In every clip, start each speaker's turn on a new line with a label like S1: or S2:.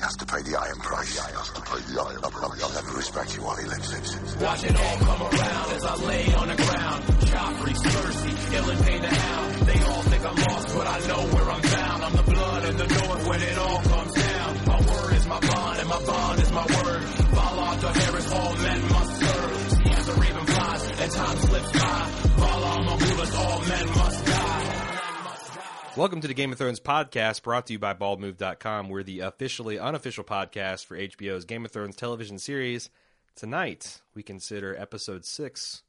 S1: has to pay the iron price. Has to pay the iron price. I'll never respect you while he lives.
S2: Watch it all come around as I lay on the ground. Joffrey's thirsty, ill and pain the hound. They all think I'm lost, but I know where I'm bound. I'm the blood in the north when it all comes down. My word is my bond, and my bond is my word. Valar Harris, all men must serve. Seas are even flies, and time slips by. Valar Morghulis, all men must die.
S3: Welcome to the Game of Thrones podcast brought to you by baldmove.com. We're the officially unofficial podcast for HBO's Game of Thrones television series. Tonight, we consider episode 6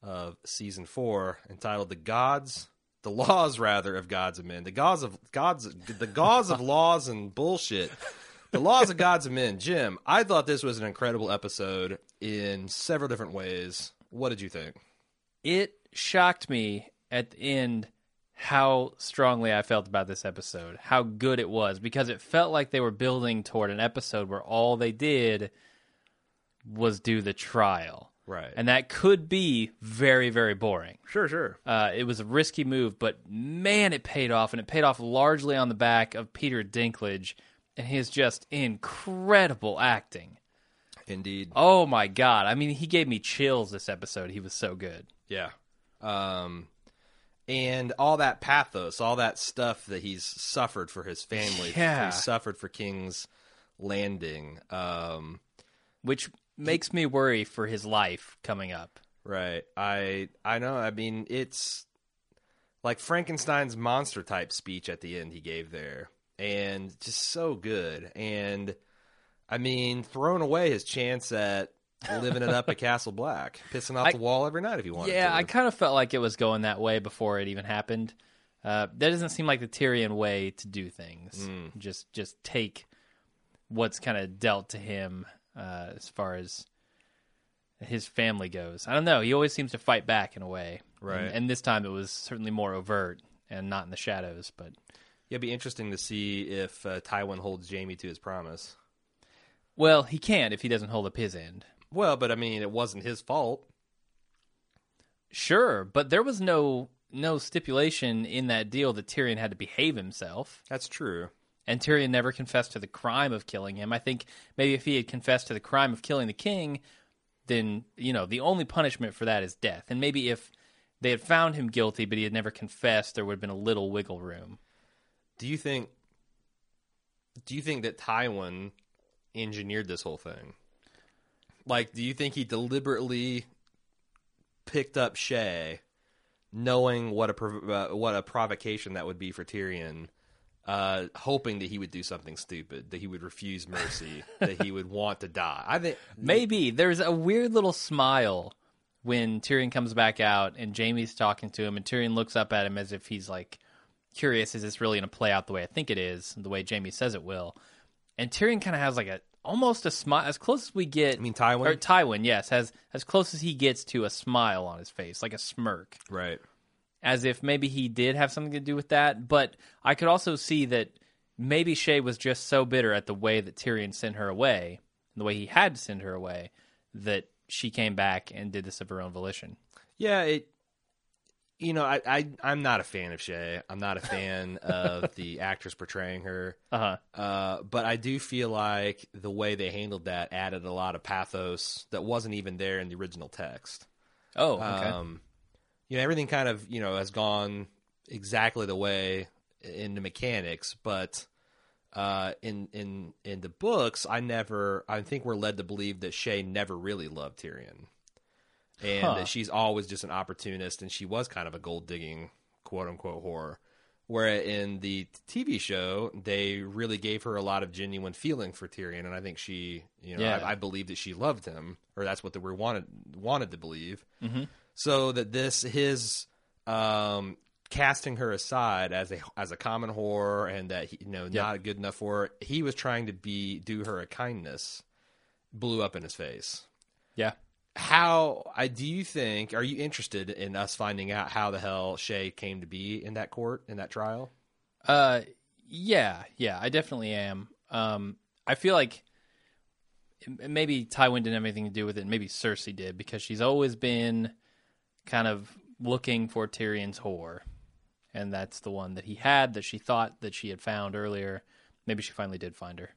S3: of season 4 entitled The Gods, the Laws rather of Gods of Men. The Gods of Gods the Gods of Laws and Bullshit. The Laws of Gods of Men. Jim, I thought this was an incredible episode in several different ways. What did you think?
S4: it shocked me at the end how strongly I felt about this episode, how good it was, because it felt like they were building toward an episode where all they did was do the trial.
S3: Right.
S4: And that could be very, very boring.
S3: Sure, sure.
S4: Uh, it was a risky move, but man, it paid off, and it paid off largely on the back of Peter Dinklage and his just incredible acting.
S3: Indeed.
S4: Oh my God. I mean, he gave me chills this episode. He was so good.
S3: Yeah. Um, and all that pathos, all that stuff that he's suffered for his family,
S4: Yeah.
S3: he's suffered for King's Landing. Um,
S4: which makes me worry for his life coming up.
S3: right. I I know. I mean, it's like Frankenstein's monster type speech at the end he gave there, and just so good. And I mean, throwing away his chance at living it up at Castle Black, pissing off
S4: I-
S3: the wall every night if you wanted
S4: yeah,
S3: to.
S4: I kind of felt like it was going that way before it even happened. Uh, that doesn't seem like the Tyrion way to do things. Just just take what's kind of dealt to him uh, as far as his family goes. I don't know. He always seems to fight back in a way,
S3: Right.
S4: And, and this time it was certainly more overt and not in the shadows. But
S3: Yeah, it'd be interesting to see if uh, Tywin holds Jamie to his promise.
S4: well, he can't if he doesn't hold up his end.
S3: Well, but I mean, it wasn't his fault.
S4: Sure, but there was no no stipulation in that deal that Tyrion had to behave himself,
S3: That's true.
S4: and Tyrion never confessed to the crime of killing him. I think maybe if he had confessed to the crime of killing the king, then you know the only punishment for that is death. And maybe if they had found him guilty, but he had never confessed, there would have been a little wiggle room.
S3: Do you think? Do you think that Tywin engineered this whole thing? Like, do you think he deliberately picked up Shay, knowing what a prov- uh, what a provocation that would be for Tyrion, uh, hoping that he would do something stupid, that he would refuse mercy, that he would want to die? I think
S4: Maybe there's a weird little smile when Tyrion comes back out and Jamie's talking to him, and Tyrion looks up at him as if he's like curious, is this really going to play out the way I think it is, the way Jamie says it will? And Tyrion kind of has like a almost a smile, as close as we get. I
S3: mean Tywin?
S4: or Tywin, yes, has as close as he gets to a smile on his face, like a smirk
S3: right.
S4: as if maybe he did have something to do with that. But I could also see that maybe Shay was just so bitter at the way that Tyrion sent her away, and the way he had to send her away, that she came back and did this of her own volition.
S3: Yeah, it. You know, I, I I'm not a fan of Shay. I'm not a fan of the actress portraying her.
S4: Uh huh.
S3: Uh, but I do feel like the way they handled that added a lot of pathos that wasn't even there in the original text.
S4: Oh, okay.
S3: Um, you know, everything kind of you know has gone exactly the way in the mechanics, but uh, in in in the books, I never. I think we're led to believe that Shay never really loved Tyrion, and
S4: Huh.
S3: that she's always just an opportunist, and she was kind of a gold digging quote unquote whore. Where in the TV show, they really gave her a lot of genuine feeling for Tyrion, and I think she, you know,
S4: Yeah.
S3: I, I believe that she loved him, or that's what they were wanted wanted to believe
S4: Mm-hmm.
S3: so that this his um casting her aside as a as a common whore and that he, you know not good enough for her he was trying to be do her a kindness blew up in his face
S4: yeah.
S3: how i do you think are you interested in us finding out how the hell shay came to be in that court in that trial
S4: Uh, yeah, yeah, I definitely am. Um, I feel like m- maybe Tywin didn't have anything to do with it. Maybe Cersei did because she's always been kind of looking for Tyrion's whore, and that's the one that he had that she thought that she had found earlier. Maybe she finally did find her.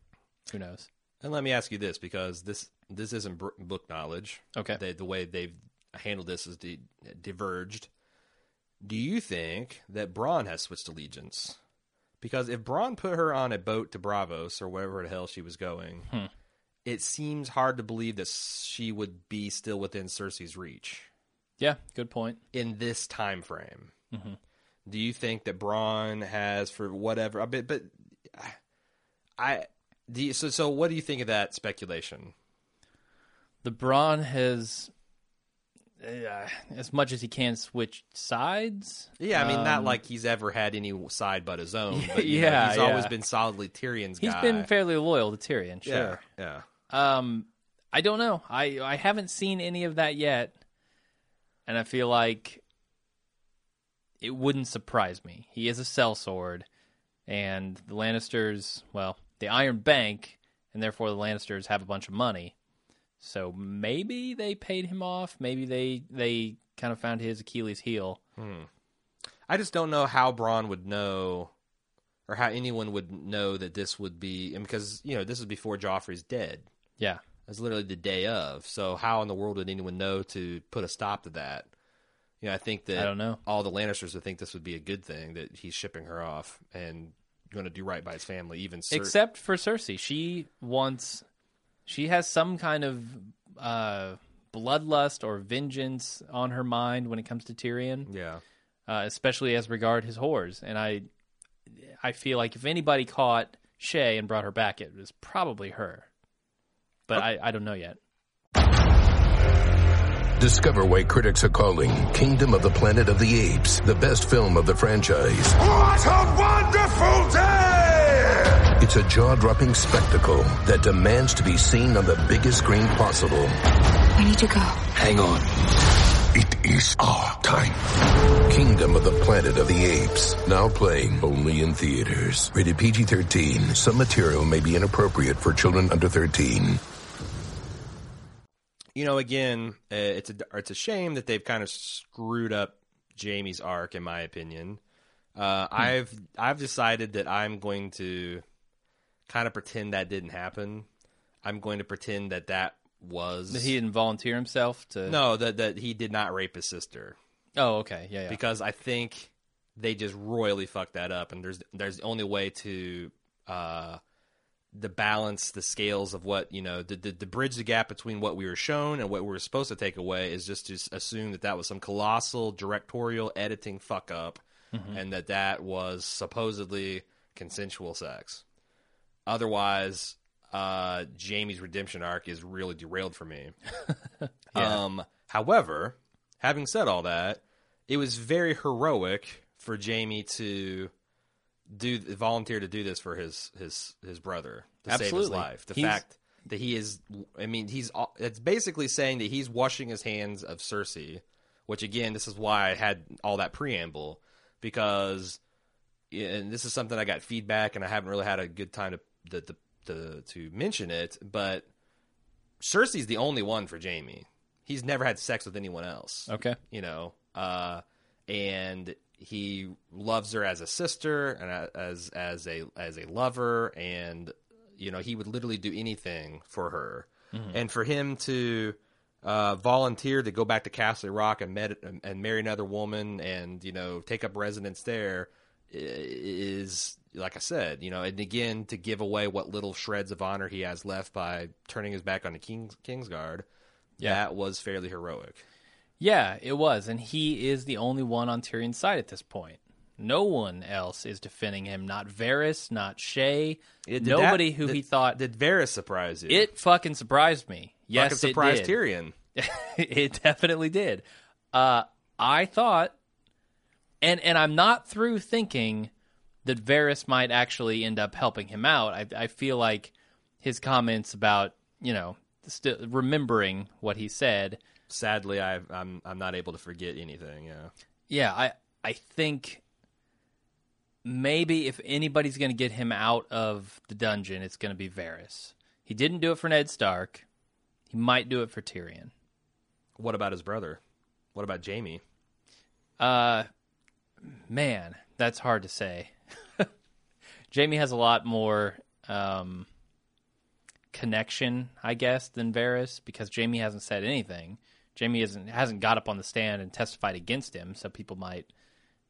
S4: Who knows?
S3: And let me ask you this, because this this isn't br- book knowledge.
S4: Okay.
S3: They, the way they've handled this is de- diverged. Do you think that Braun has switched allegiance? Because if Braun put her on a boat to Bravos or wherever the hell she was going, it seems hard to believe that she would be still within Cersei's reach
S4: Yeah, good point.
S3: in this time frame.
S4: Mm-hmm.
S3: Do you think that Braun has for whatever? I bet, but I do. You, so, so what do you think of that speculation?
S4: The Braun has, uh, as much as he can, switched sides.
S3: Yeah, I mean, not like he's ever had any side but his own. But, you know,
S4: Um, Yeah,
S3: he's
S4: yeah.
S3: always been solidly Tyrion's
S4: He's
S3: guy.
S4: been fairly loyal to Tyrion, sure.
S3: yeah, yeah.
S4: Um, I don't know. I I haven't seen any of that yet, and I feel like it wouldn't surprise me. He is a sellsword, and the Lannisters, well, the Iron Bank, and therefore the Lannisters have a bunch of money. So maybe they paid him off. Maybe they they kind of found his Achilles heel.
S3: I just don't know how Braun would know, or how anyone would know that this would be, and because you know this is before Joffrey's dead.
S4: Yeah,
S3: It's literally the day of. So how in the world would anyone know to put a stop to that? You know, I think that
S4: I don't know.
S3: all the Lannisters would think this would be a good thing that he's shipping her off and going to do right by his family. Even Cer-
S4: except for Cersei. She wants, she has some kind of uh, bloodlust or vengeance on her mind when it comes to Tyrion,
S3: yeah,
S4: uh, especially as regard his whores. And I, I feel like if anybody caught Shay and brought her back, it was probably her. But I, I don't know yet.
S5: Discover why critics are calling Kingdom of the Planet of the Apes the best film of the franchise.
S1: What a wonderful day!
S5: It's a jaw-dropping spectacle that demands to be seen on the biggest screen possible.
S6: We need to go.
S5: Hang on.
S1: It is our time.
S5: Kingdom of the Planet of the Apes. Now playing only in theaters. Rated PG-13. Some material may be inappropriate for children under 13.
S3: you know, again, uh, it's a it's a shame that they've kind of screwed up Jamie's arc, in my opinion. Uh,
S4: Hmm.
S3: I've I've decided that I'm going to kind of pretend that didn't happen. I'm going to pretend that that was
S4: That he didn't volunteer himself to.
S3: no that that he did not rape his sister.
S4: Oh, okay. Yeah, yeah.
S3: because I think they just royally fucked that up, and there's there's the only way to uh, the balance the scales of what you know the, the the bridge the gap between what we were shown and what we were supposed to take away is just to s- assume that that was some colossal directorial editing fuck up, and that that was supposedly consensual sex. Otherwise, uh, Jamie's redemption arc is really derailed for me. Um, however, having said all that, it was very heroic for Jamie to do volunteer to do this for his his his brother to save his
S4: Absolutely.
S3: life. The
S4: He's-
S3: fact that he is, I mean, he's al- it's basically saying that he's washing his hands of Cersei, which again, this is why I had all that preamble because and this is something I got feedback, and I haven't really had a good time to to to, to mention it. But Cersei's the only one for Jamie. He's never had sex with anyone else.
S4: Okay.
S3: you know, uh, and he loves her as a sister and a- as as a as a lover, and you know he would literally do anything for her. And for him to uh, volunteer to go back to Castle Rock and met and marry another woman, and you know take up residence there i- is like I said, you know, and again to give away what little shreds of honor he has left by turning his back on the King's Kingsguard, that was fairly heroic.
S4: Yeah, it was, and he is the only one on Tyrion's side at this point. No one else is defending him. Not Varys, not Shay,
S3: Did that-
S4: nobody who
S3: did-
S4: he thought
S3: did Varys surprise you?
S4: it fucking surprised me. Yes,
S3: fucking surprised
S4: it did.
S3: Tyrion.
S4: it definitely did. Uh, I thought, and and I'm not through thinking that Varys might actually end up helping him out. I, I feel like his comments about you know still remembering what he said
S3: Sadly, i I'm I'm not able to forget anything. Yeah,
S4: Yeah, I I think maybe if anybody's going to get him out of the dungeon, it's going to be Varys. He didn't do it for Ned Stark. He might do it for Tyrion.
S3: what about his brother? What about Jamie?
S4: Uh man, that's hard to say. Jamie has a lot more um connection, I guess, than Varys because Jamie hasn't said anything. Jamie isn't hasn't got up on the stand and testified against him, so people might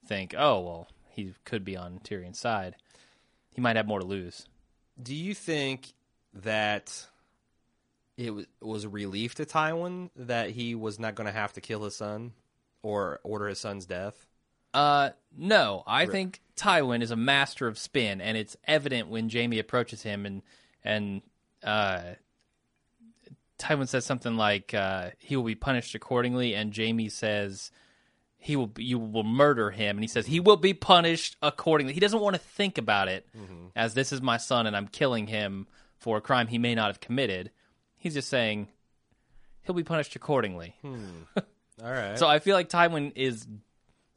S4: think, "Oh, well, he could be on Tyrion's side. He might have more to lose."
S3: Do you think that it was, was a relief to Tywin that he was not going to have to kill his son or order his son's death?
S4: Uh, no, I think Tywin is a master of spin, and it's evident when Jamie approaches him and and uh, Tywin says something like uh, he will be punished accordingly, and Jamie says he will be- you will murder him, and he says he will be punished accordingly. He doesn't want to think about it as this is my son, and I'm killing him for a crime he may not have committed. He's just saying he'll be punished accordingly.
S3: All right.
S4: So I feel like Tywin is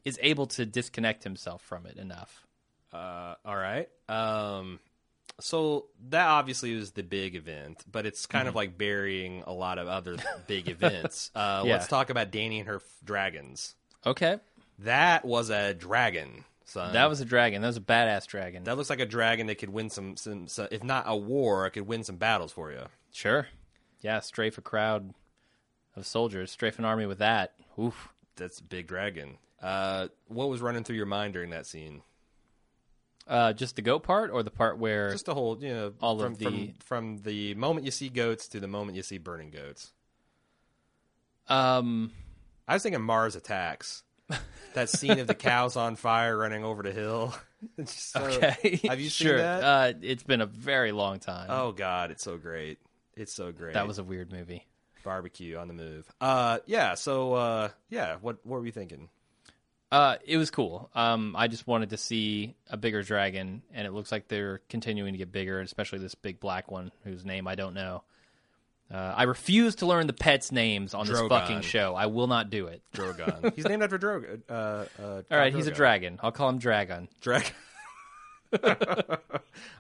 S4: is able to disconnect himself from it enough.
S3: Uh, all right. Um, so that obviously was the big event, but it's kind
S4: Mm-hmm.
S3: of like burying a lot of other big events. Uh,
S4: Yeah.
S3: Let's talk about Danny and her f- dragons.
S4: Okay.
S3: That was a dragon, son.
S4: That was a dragon. That was a badass dragon.
S3: that looks like a dragon that could win some, some, some if not a war, it could win some battles for you.
S4: sure. Yeah, strafe a crowd of soldiers, strafe an army with that. Oof.
S3: That's a big dragon. Uh, what was running through your mind during that scene?
S4: Uh, just the goat part or the part where
S3: Just the whole, you know,
S4: All
S3: from,
S4: of
S3: from
S4: the-
S3: from the moment you see goats to the moment you see burning goats.
S4: um
S3: I was thinking Mars Attacks. That scene of the cows on fire running over the hill. It's just so-
S4: okay.
S3: Have you
S4: sure.
S3: seen that?
S4: Uh it's been a very long time.
S3: oh God, it's so great. It's so great.
S4: that was a weird movie.
S3: barbecue on the move. Uh, yeah. So, uh, yeah. What what were you thinking?
S4: Uh, it was cool. Um, I just wanted to see a bigger dragon, and it looks like they're continuing to get bigger, especially this big black one whose name I don't know. Uh, I refuse to learn the pets' names on this
S3: Drogon.
S4: fucking show. I will not do it.
S3: Drogon. He's named after Drogon. Uh, uh,
S4: All right, he's a
S3: Drogon.
S4: dragon. I'll call him Dragon.
S3: Drag. All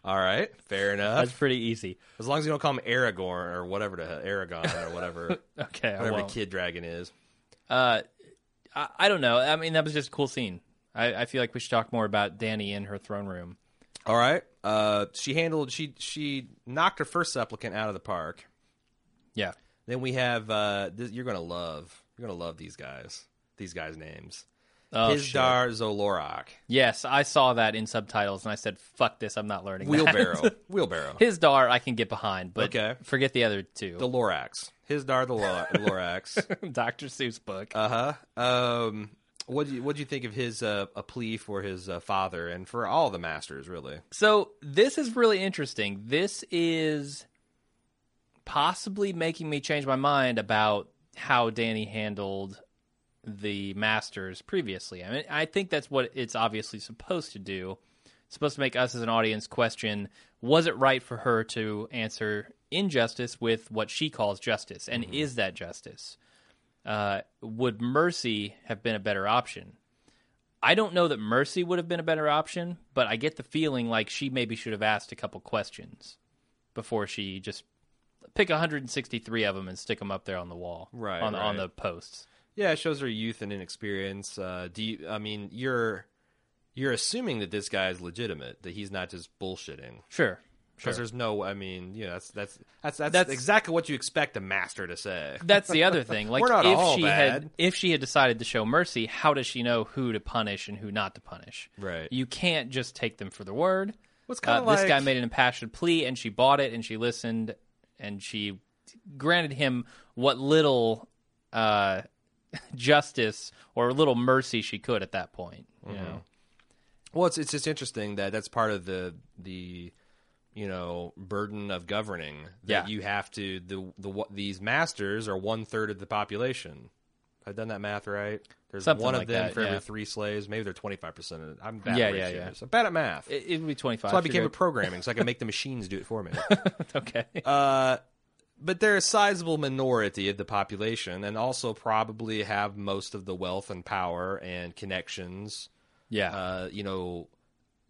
S3: right, fair
S4: That's
S3: enough.
S4: pretty easy.
S3: As long as you don't call him Aragorn or whatever the hell, Aragon or whatever,
S4: Okay, I
S3: whatever the
S4: won't. Uh,
S3: kid dragon is.
S4: I, I don't know. I mean, that was just a cool scene. I, I feel like we should talk more about Danny in her throne room.
S3: All right. Uh, she handled. She she knocked her first supplicant out of the park.
S4: Yeah.
S3: Then we have uh, this, you're gonna love you're gonna love these guys these guys names.
S4: Oh, shit.
S3: Hizdar Zolorak,
S4: Yes, I saw that in subtitles, and I said, "Fuck this! I'm not learning." that."
S3: wheelbarrow, wheelbarrow.
S4: His dar I can get behind, but
S3: Okay.
S4: forget the other two.
S3: the Lorax, Hizdar the Lo- Lorax.
S4: Dr. Seuss book.
S3: Uh huh. Um, what do you what do you think of his uh, a plea for his uh, father and for all the masters really?
S4: so this is really interesting. This is possibly making me change my mind about how Danny handled the Masters previously. I mean, I think that's what it's obviously supposed to do. It's supposed to make us as an audience question: Was it right for her to answer injustice with what she calls justice,
S3: Mm-hmm.
S4: and is that justice? Uh, would mercy have been a better option? I don't know that Mercy would have been a better option, but I get the feeling like she maybe should have asked a couple questions before she just pick 163 of them and stick them up there on the wall,
S3: Right,
S4: on the, on
S3: right.
S4: the posts.
S3: Yeah, it shows her youth and inexperience. Uh, do you? I mean, you're you're assuming that this guy is legitimate, that he's not just bullshitting.
S4: Sure,
S3: Because
S4: sure.
S3: there's no, I mean, you know, that's, that's that's that's
S4: That's-
S3: exactly what you expect a master to say.
S4: That's the other thing. Like
S3: We're not
S4: if
S3: all
S4: she
S3: bad.
S4: had if she had decided to show mercy, how does she know who to punish and who not to punish?
S3: Right.
S4: You can't just take them for their word. Uh,
S3: What's kinda
S4: this guy
S3: like-
S4: made an impassioned plea and she bought it and she listened and she granted him what little uh, justice or little mercy she could at that point. You
S3: Mm-hmm.
S4: know.
S3: Well, it's it's just interesting that that's part of the the you know burden of governing that
S4: Yeah.
S3: you have to the the what these masters are one third of the population. Have I done that math right? There's
S4: Something
S3: one of
S4: like
S3: them
S4: that,
S3: for every
S4: yeah.
S3: three slaves. Maybe they're twenty five percent. of it. I'm bad
S4: Yeah,
S3: at
S4: yeah,
S3: ratios.
S4: yeah.
S3: I'm bad at math.
S4: It, it would be twenty five.
S3: so I became a programming, so I could make the machines do it for me.
S4: okay.
S3: Uh, but they're a sizable minority of the population and also probably have most of the wealth and power and connections.
S4: yeah.
S3: Uh, you know,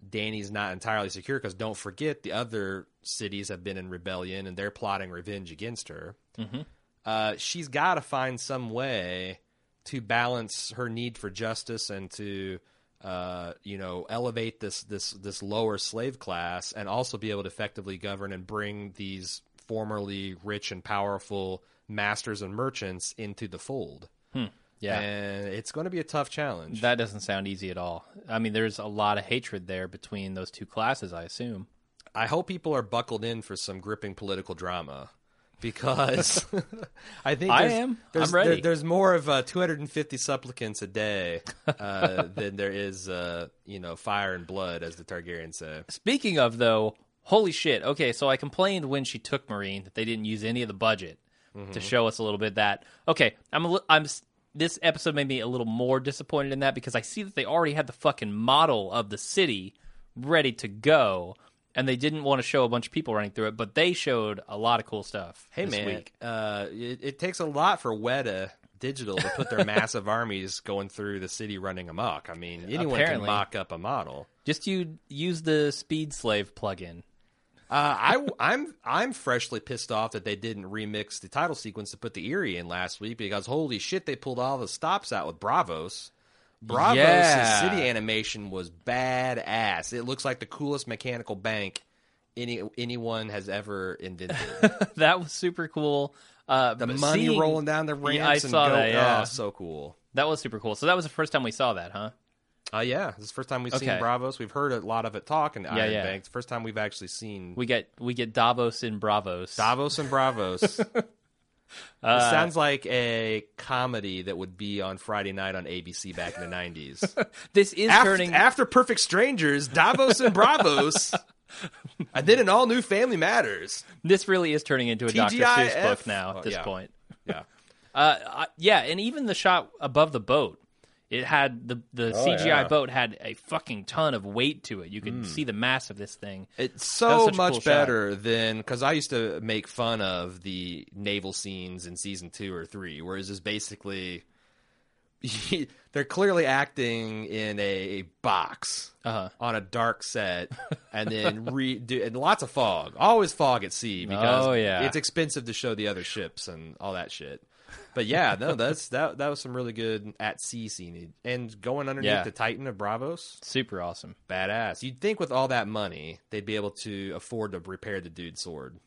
S3: Danny's not entirely secure because don't forget the other cities have been in rebellion and they're plotting revenge against her. Mm-hmm. Uh, she's got to find some way to balance her need for justice and to. Uh, you know, elevate this this this lower slave class, and also be able to effectively govern and bring these formerly rich and powerful masters and merchants into the fold.
S4: Yeah.
S3: And it's going to be a tough challenge.
S4: That doesn't sound easy at all. I mean, there's a lot of hatred there between those two classes, I assume.
S3: I hope people are buckled in for some gripping political drama because I think
S4: I
S3: there's,
S4: am.
S3: There's,
S4: I'm ready.
S3: there- there's more of uh, 250 supplicants a day uh, than there is, uh, you know, fire and blood, as the Targaryens say.
S4: Speaking of though, holy shit. Okay, so I complained when she took Marine that they didn't use any of the budget
S3: Mm-hmm.
S4: to show us a little bit that. Okay, I'm a li- I'm s- this episode made me a little more disappointed in that because I see that they already had the fucking model of the city ready to go and they didn't want to show a bunch of people running through it, but they showed a lot of cool stuff
S3: Hey
S4: this
S3: man,
S4: week.
S3: Uh, it, it takes a lot for Weta Digital to put their massive armies going through the city running amok. I mean, anyone can
S4: Apparently.
S3: mock up a model.
S4: Just you use the Speed Slave plugin.
S3: Uh, I am I'm freshly pissed off that they didn't remix the title sequence to put the Erie in last week because holy shit they pulled all the stops out with Bravos. Bravos'
S4: Yeah.
S3: city animation was badass. It looks like the coolest mechanical bank any anyone has ever invented.
S4: That was super cool. Uh,
S3: The money rolling down the ramps.
S4: I
S3: and
S4: saw
S3: go-
S4: that, yeah.
S3: oh, so cool.
S4: That was super cool. So that was the first time we saw that, huh?
S3: Uh, yeah, this is the first time we've seen
S4: Okay.
S3: Bravos. We've heard a lot of it talk in Iron
S4: yeah.
S3: Bank. It's the first time we've actually seen
S4: We get we get Davos and Bravos.
S3: Davos and Bravos. it sounds like a comedy that would be on Friday night on ABC back in the 90s.
S4: this is
S3: after,
S4: turning
S3: after Perfect Strangers, Davos and Bravos. and then an all new Family Matters.
S4: this really is turning into a Dr. Seuss
S3: TGIF.
S4: book now
S3: Oh,
S4: at this
S3: yeah.
S4: point.
S3: Yeah.
S4: Uh, I, yeah, and even the shot above the boat, it had the the
S3: Oh,
S4: CGI boat had a fucking ton of weight to it. You
S3: Hmm.
S4: could see the mass of this thing.
S3: It's
S4: That was
S3: so
S4: such a
S3: much
S4: cool shot.
S3: better than because I used to make fun of the naval scenes in season two or three, whereas it's basically they're clearly acting in a box
S4: Uh-huh.
S3: on a dark set, and then re do, and lots of fog, always fog at sea because
S4: Oh, yeah.
S3: it's expensive to show the other ships and all that shit. But yeah, no, that's that that was some really good at sea scene and going underneath
S4: Yeah.
S3: the Titan of Bravos
S4: Super awesome.
S3: badass. You'd think with all that money, they'd be able to afford to repair the dude's sword.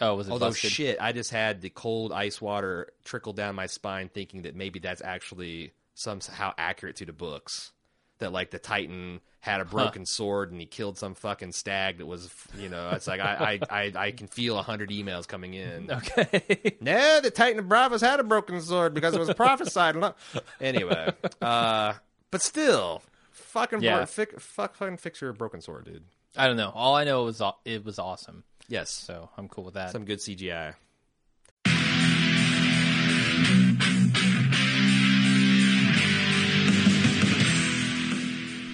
S4: Oh, was it
S3: Although
S4: busted?
S3: shit, I just had the cold ice water trickle down my spine, thinking that maybe that's actually somehow accurate to the books. That like the Titan had a broken sword and he killed some fucking stag that was, you know, it's like I I, I, I can feel a hundred emails coming in.
S4: Okay.
S3: No, the Titan of Bravos had a broken sword because it was prophesied. lo- anyway, uh, but still, fucking bro-
S4: Yeah.
S3: fic- fuck, fucking fix your broken sword, dude.
S4: I don't know. All I know is aw- it was awesome.
S3: Yes,
S4: So I'm cool with that.
S3: some good CGI.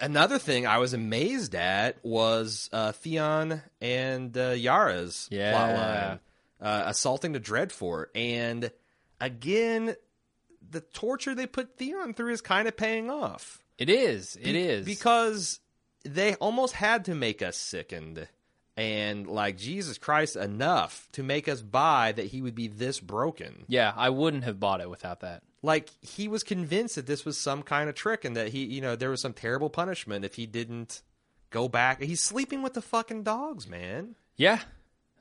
S3: another thing I was amazed at was uh, Theon and uh, Yara's
S4: Yeah.
S3: plotline uh, assaulting the Dreadfort, and again, the torture they put Theon through is kind of paying off.
S4: It is. It is
S3: because they almost had to make us sickened and like Jesus Christ enough to make us buy that he would be this broken.
S4: yeah, I wouldn't have bought it without that.
S3: Like he was convinced that this was some kind of trick and that he, you know, there was some terrible punishment if he didn't go back. He's sleeping with the fucking dogs, man.
S4: Yeah.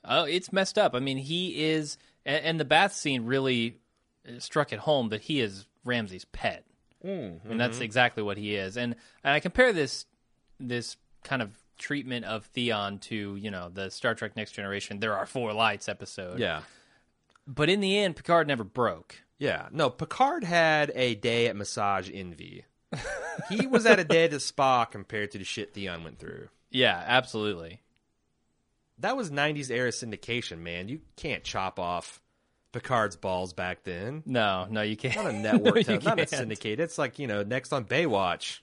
S4: Oh, it's messed up. I mean, he is, and, and the bath scene really uh, struck it home that he is Ramsey's pet,
S3: Hmm,
S4: and that's
S3: mm-hmm.
S4: exactly what he is. And and I compare this this kind of treatment of Theon to you know the Star Trek Next Generation. There are four lights episode.
S3: Yeah.
S4: But in the end, Picard never broke.
S3: Yeah. No, Picard had a day at massage envy. he was at a day at the spa compared to the shit Theon went through.
S4: Yeah, absolutely.
S3: that was 90s era syndication, man. You can't chop off Picard's balls back then.
S4: No, no, you can't.
S3: Not a network,
S4: No, you
S3: tel- not a
S4: can't.
S3: syndicate. It's like, you know, next on Baywatch,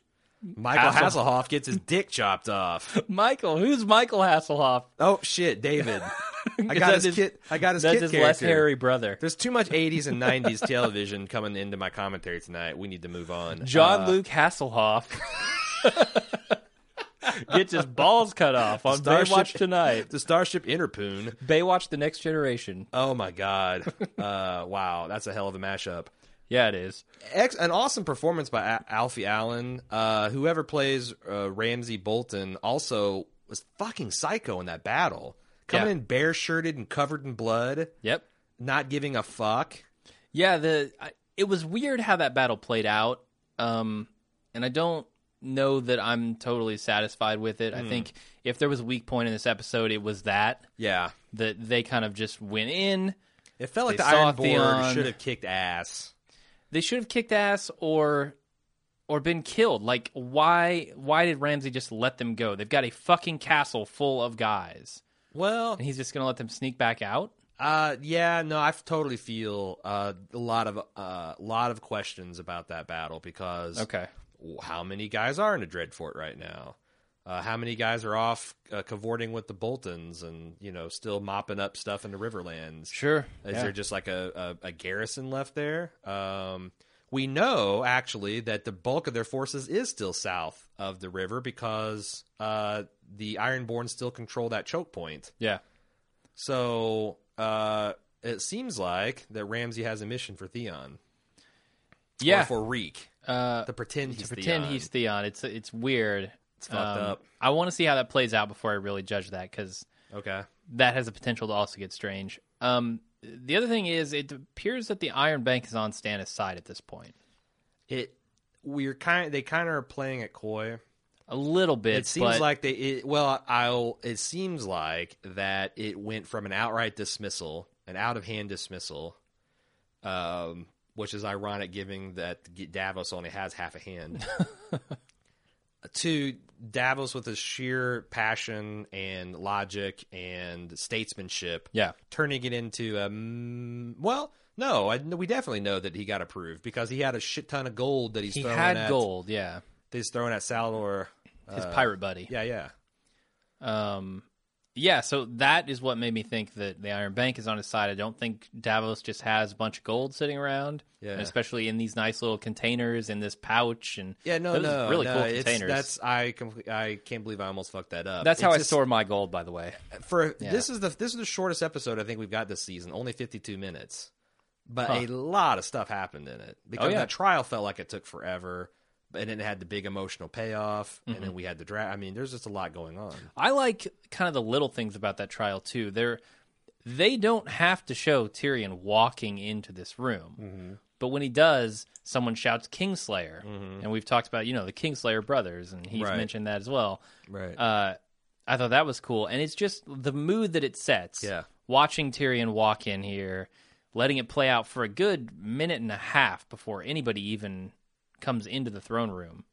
S3: Michael
S4: Hasselhoff.
S3: Hasselhoff gets his dick chopped off.
S4: Michael, who's Michael Hasselhoff?
S3: Oh, shit, David. I got
S4: That
S3: his
S4: is-
S3: kid. I got his
S4: That's
S3: kid
S4: his
S3: character.
S4: less hairy brother.
S3: There's too much 80s and 90s television coming into my commentary tonight. We need to move on. Uh,
S4: John Luke Hasselhoff gets his balls cut off on
S3: Starship-
S4: Baywatch tonight.
S3: The Starship Interpoon.
S4: Baywatch: The Next Generation.
S3: Oh my god. Uh, wow, that's a hell of a mashup.
S4: Yeah, it is.
S3: ex- an awesome performance by a- Alfie Allen. Uh, whoever plays uh, Ramsey Bolton also was fucking psycho in that battle. Coming
S4: Yeah.
S3: in bare shirted and covered in blood,
S4: Yep.
S3: not giving a fuck.
S4: Yeah, the I, it was weird how that battle played out. Um, and I don't know that I'm totally satisfied with it. I think if there was a weak point in this episode, it was that
S3: Yeah,
S4: that they kind of just went in.
S3: it felt like
S4: They
S3: the
S4: saw
S3: Iron Board
S4: Theon.
S3: should have kicked ass.
S4: They should have kicked ass or or been killed. Like why why did Ramsey just let them go? They've got a fucking castle full of guys.
S3: Well,
S4: And he's just gonna let them sneak back out?
S3: uh, yeah, no, I f- totally feel uh, a lot of uh, lot of questions about that battle because
S4: Okay.
S3: how many guys are in a dreadfort right now uh, how many guys are off uh, cavorting with the boltons and you know still mopping up stuff in the riverlands
S4: Sure.
S3: is there just like a, a, a garrison left there um, we know actually that the bulk of their forces is still south of the river because uh, the ironborn still control that choke point
S4: Yeah.
S3: so uh, it seems like that ramsey has a mission for theon
S4: Yeah.
S3: or for reek
S4: uh,
S3: to pretend he's
S4: to pretend
S3: Theon.
S4: he's Theon. It's it's weird. It's
S3: fucked up.
S4: I want to see how that plays out before I really judge that because
S3: okay
S4: that has the potential to also get strange. Um, the other thing is, it appears that the Iron Bank is on Stannis' side at this point,
S3: it we're kind they kind of are playing it coy.
S4: a little bit.
S3: It seems
S4: but-
S3: like they it, well I'll it seems like that it went from an outright dismissal, an out of hand dismissal, um, which is ironic given that Davos only has half a hand. to Davos with his sheer passion and logic and statesmanship,
S4: yeah,
S3: turning it into a mm, well. No, I, we definitely know that he got approved because he had a shit ton of gold that he's
S4: he
S3: throwing
S4: had
S3: at,
S4: gold. Yeah,
S3: He's throwing at Salvador.
S4: his pirate buddy.
S3: Uh, Yeah, yeah.
S4: Um, yeah, so that is what made me think that the Iron Bank is on his side. I don't think Davos just has a bunch of gold sitting around,
S3: Yeah.
S4: and especially in these nice little containers in this pouch. And
S3: Yeah, no,
S4: those
S3: no,
S4: are really
S3: no,
S4: cool
S3: it's-
S4: containers.
S3: That's I, compl- I can't believe I almost fucked that up.
S4: That's how
S3: It's
S4: I
S3: just-
S4: store my gold, by the way.
S3: for this is the this is the shortest episode I think we've got this season, only fifty two minutes, but a lot of stuff happened in it because
S4: Oh, yeah.
S3: that trial felt like it took forever, and then it had the big emotional payoff, and
S4: Mm-hmm.
S3: then we had the draft. I mean, there's just a lot going on.
S4: I like kind of the little things about that trial too. They're they don't have to show Tyrion walking into this room,
S3: Mm-hmm.
S4: but when he does, someone shouts Kingslayer, and we've talked about you know the Kingslayer brothers, and he's
S3: Mm-hmm. Right.
S4: mentioned that as well.
S3: Right.
S4: Uh, I thought that was cool, and it's just the mood that it sets.
S3: Yeah.
S4: watching Tyrion walk in here, letting it play out for a good minute and a half before anybody even comes into the throne room.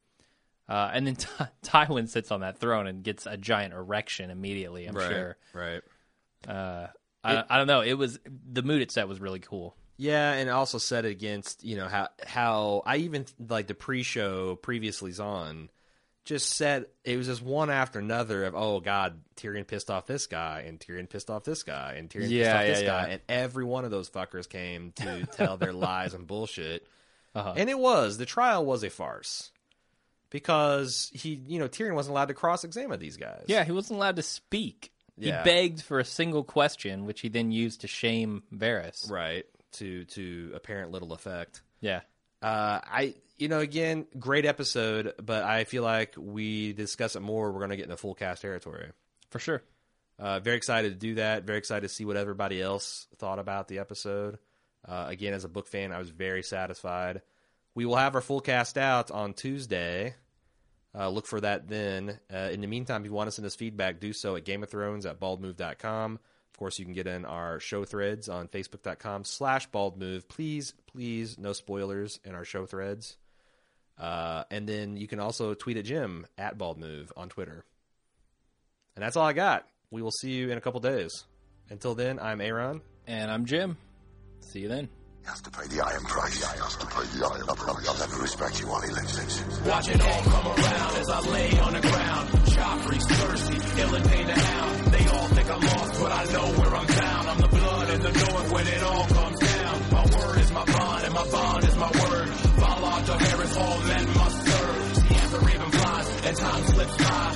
S4: Uh, and then Ty Tywin sits on that throne and gets a giant erection immediately. I'm sure.
S3: Right.
S4: I, I don't know. It was the mood it set was really cool.
S3: Yeah, and also set it against you know how how I even like the pre-show previously's on just said it was just one after another of oh god Tyrion pissed off this guy and Tyrion pissed off this guy and Tyrion pissed
S4: Yeah,
S3: off this
S4: yeah,
S3: guy
S4: yeah.
S3: and every one of those fuckers came to tell their lies and bullshit
S4: Uh-huh.
S3: and it was the trial was a farce because he you know Tyrion wasn't allowed to cross-examine these guys
S4: Yeah, he wasn't allowed to speak.
S3: Yeah.
S4: He begged for a single question, which he then used to shame Varys.
S3: right to to apparent little effect
S4: Yeah.
S3: Uh, I, you know, again, great episode, but I feel like we discuss it more. We're going to get into full cast territory.
S4: For sure.
S3: Uh, very excited to do that. Very excited to see what everybody else thought about the episode. Uh, again, as a book fan, I was very satisfied. We will have our full cast out on Tuesday. Uh, look for that then. Uh, in the meantime, if you want to send us feedback, do so at Game of Thrones at baldmove.com. Of course, you can get in our show threads on facebook.com slash baldmove. Please, please, no spoilers in our show threads. Uh, and then you can also tweet at Jim at baldmove on Twitter. And that's all I got. We will see you in a couple days. Until then, I'm Aaron.
S4: And I'm Jim. See you then.
S1: He has to pay the iron price. He has to pay the iron price. I'll never respect you while he lives it.
S2: Watch it all come around as I lay on the ground. Joffrey's thirsty, ill and pain the hound. They all think I'm lost, but I know where I'm found. I'm the blood and the knowing when it all comes down. My word is my bond, and my bond is my word. Follow to Harris, all men must serve. The ever even flies, and time slips by.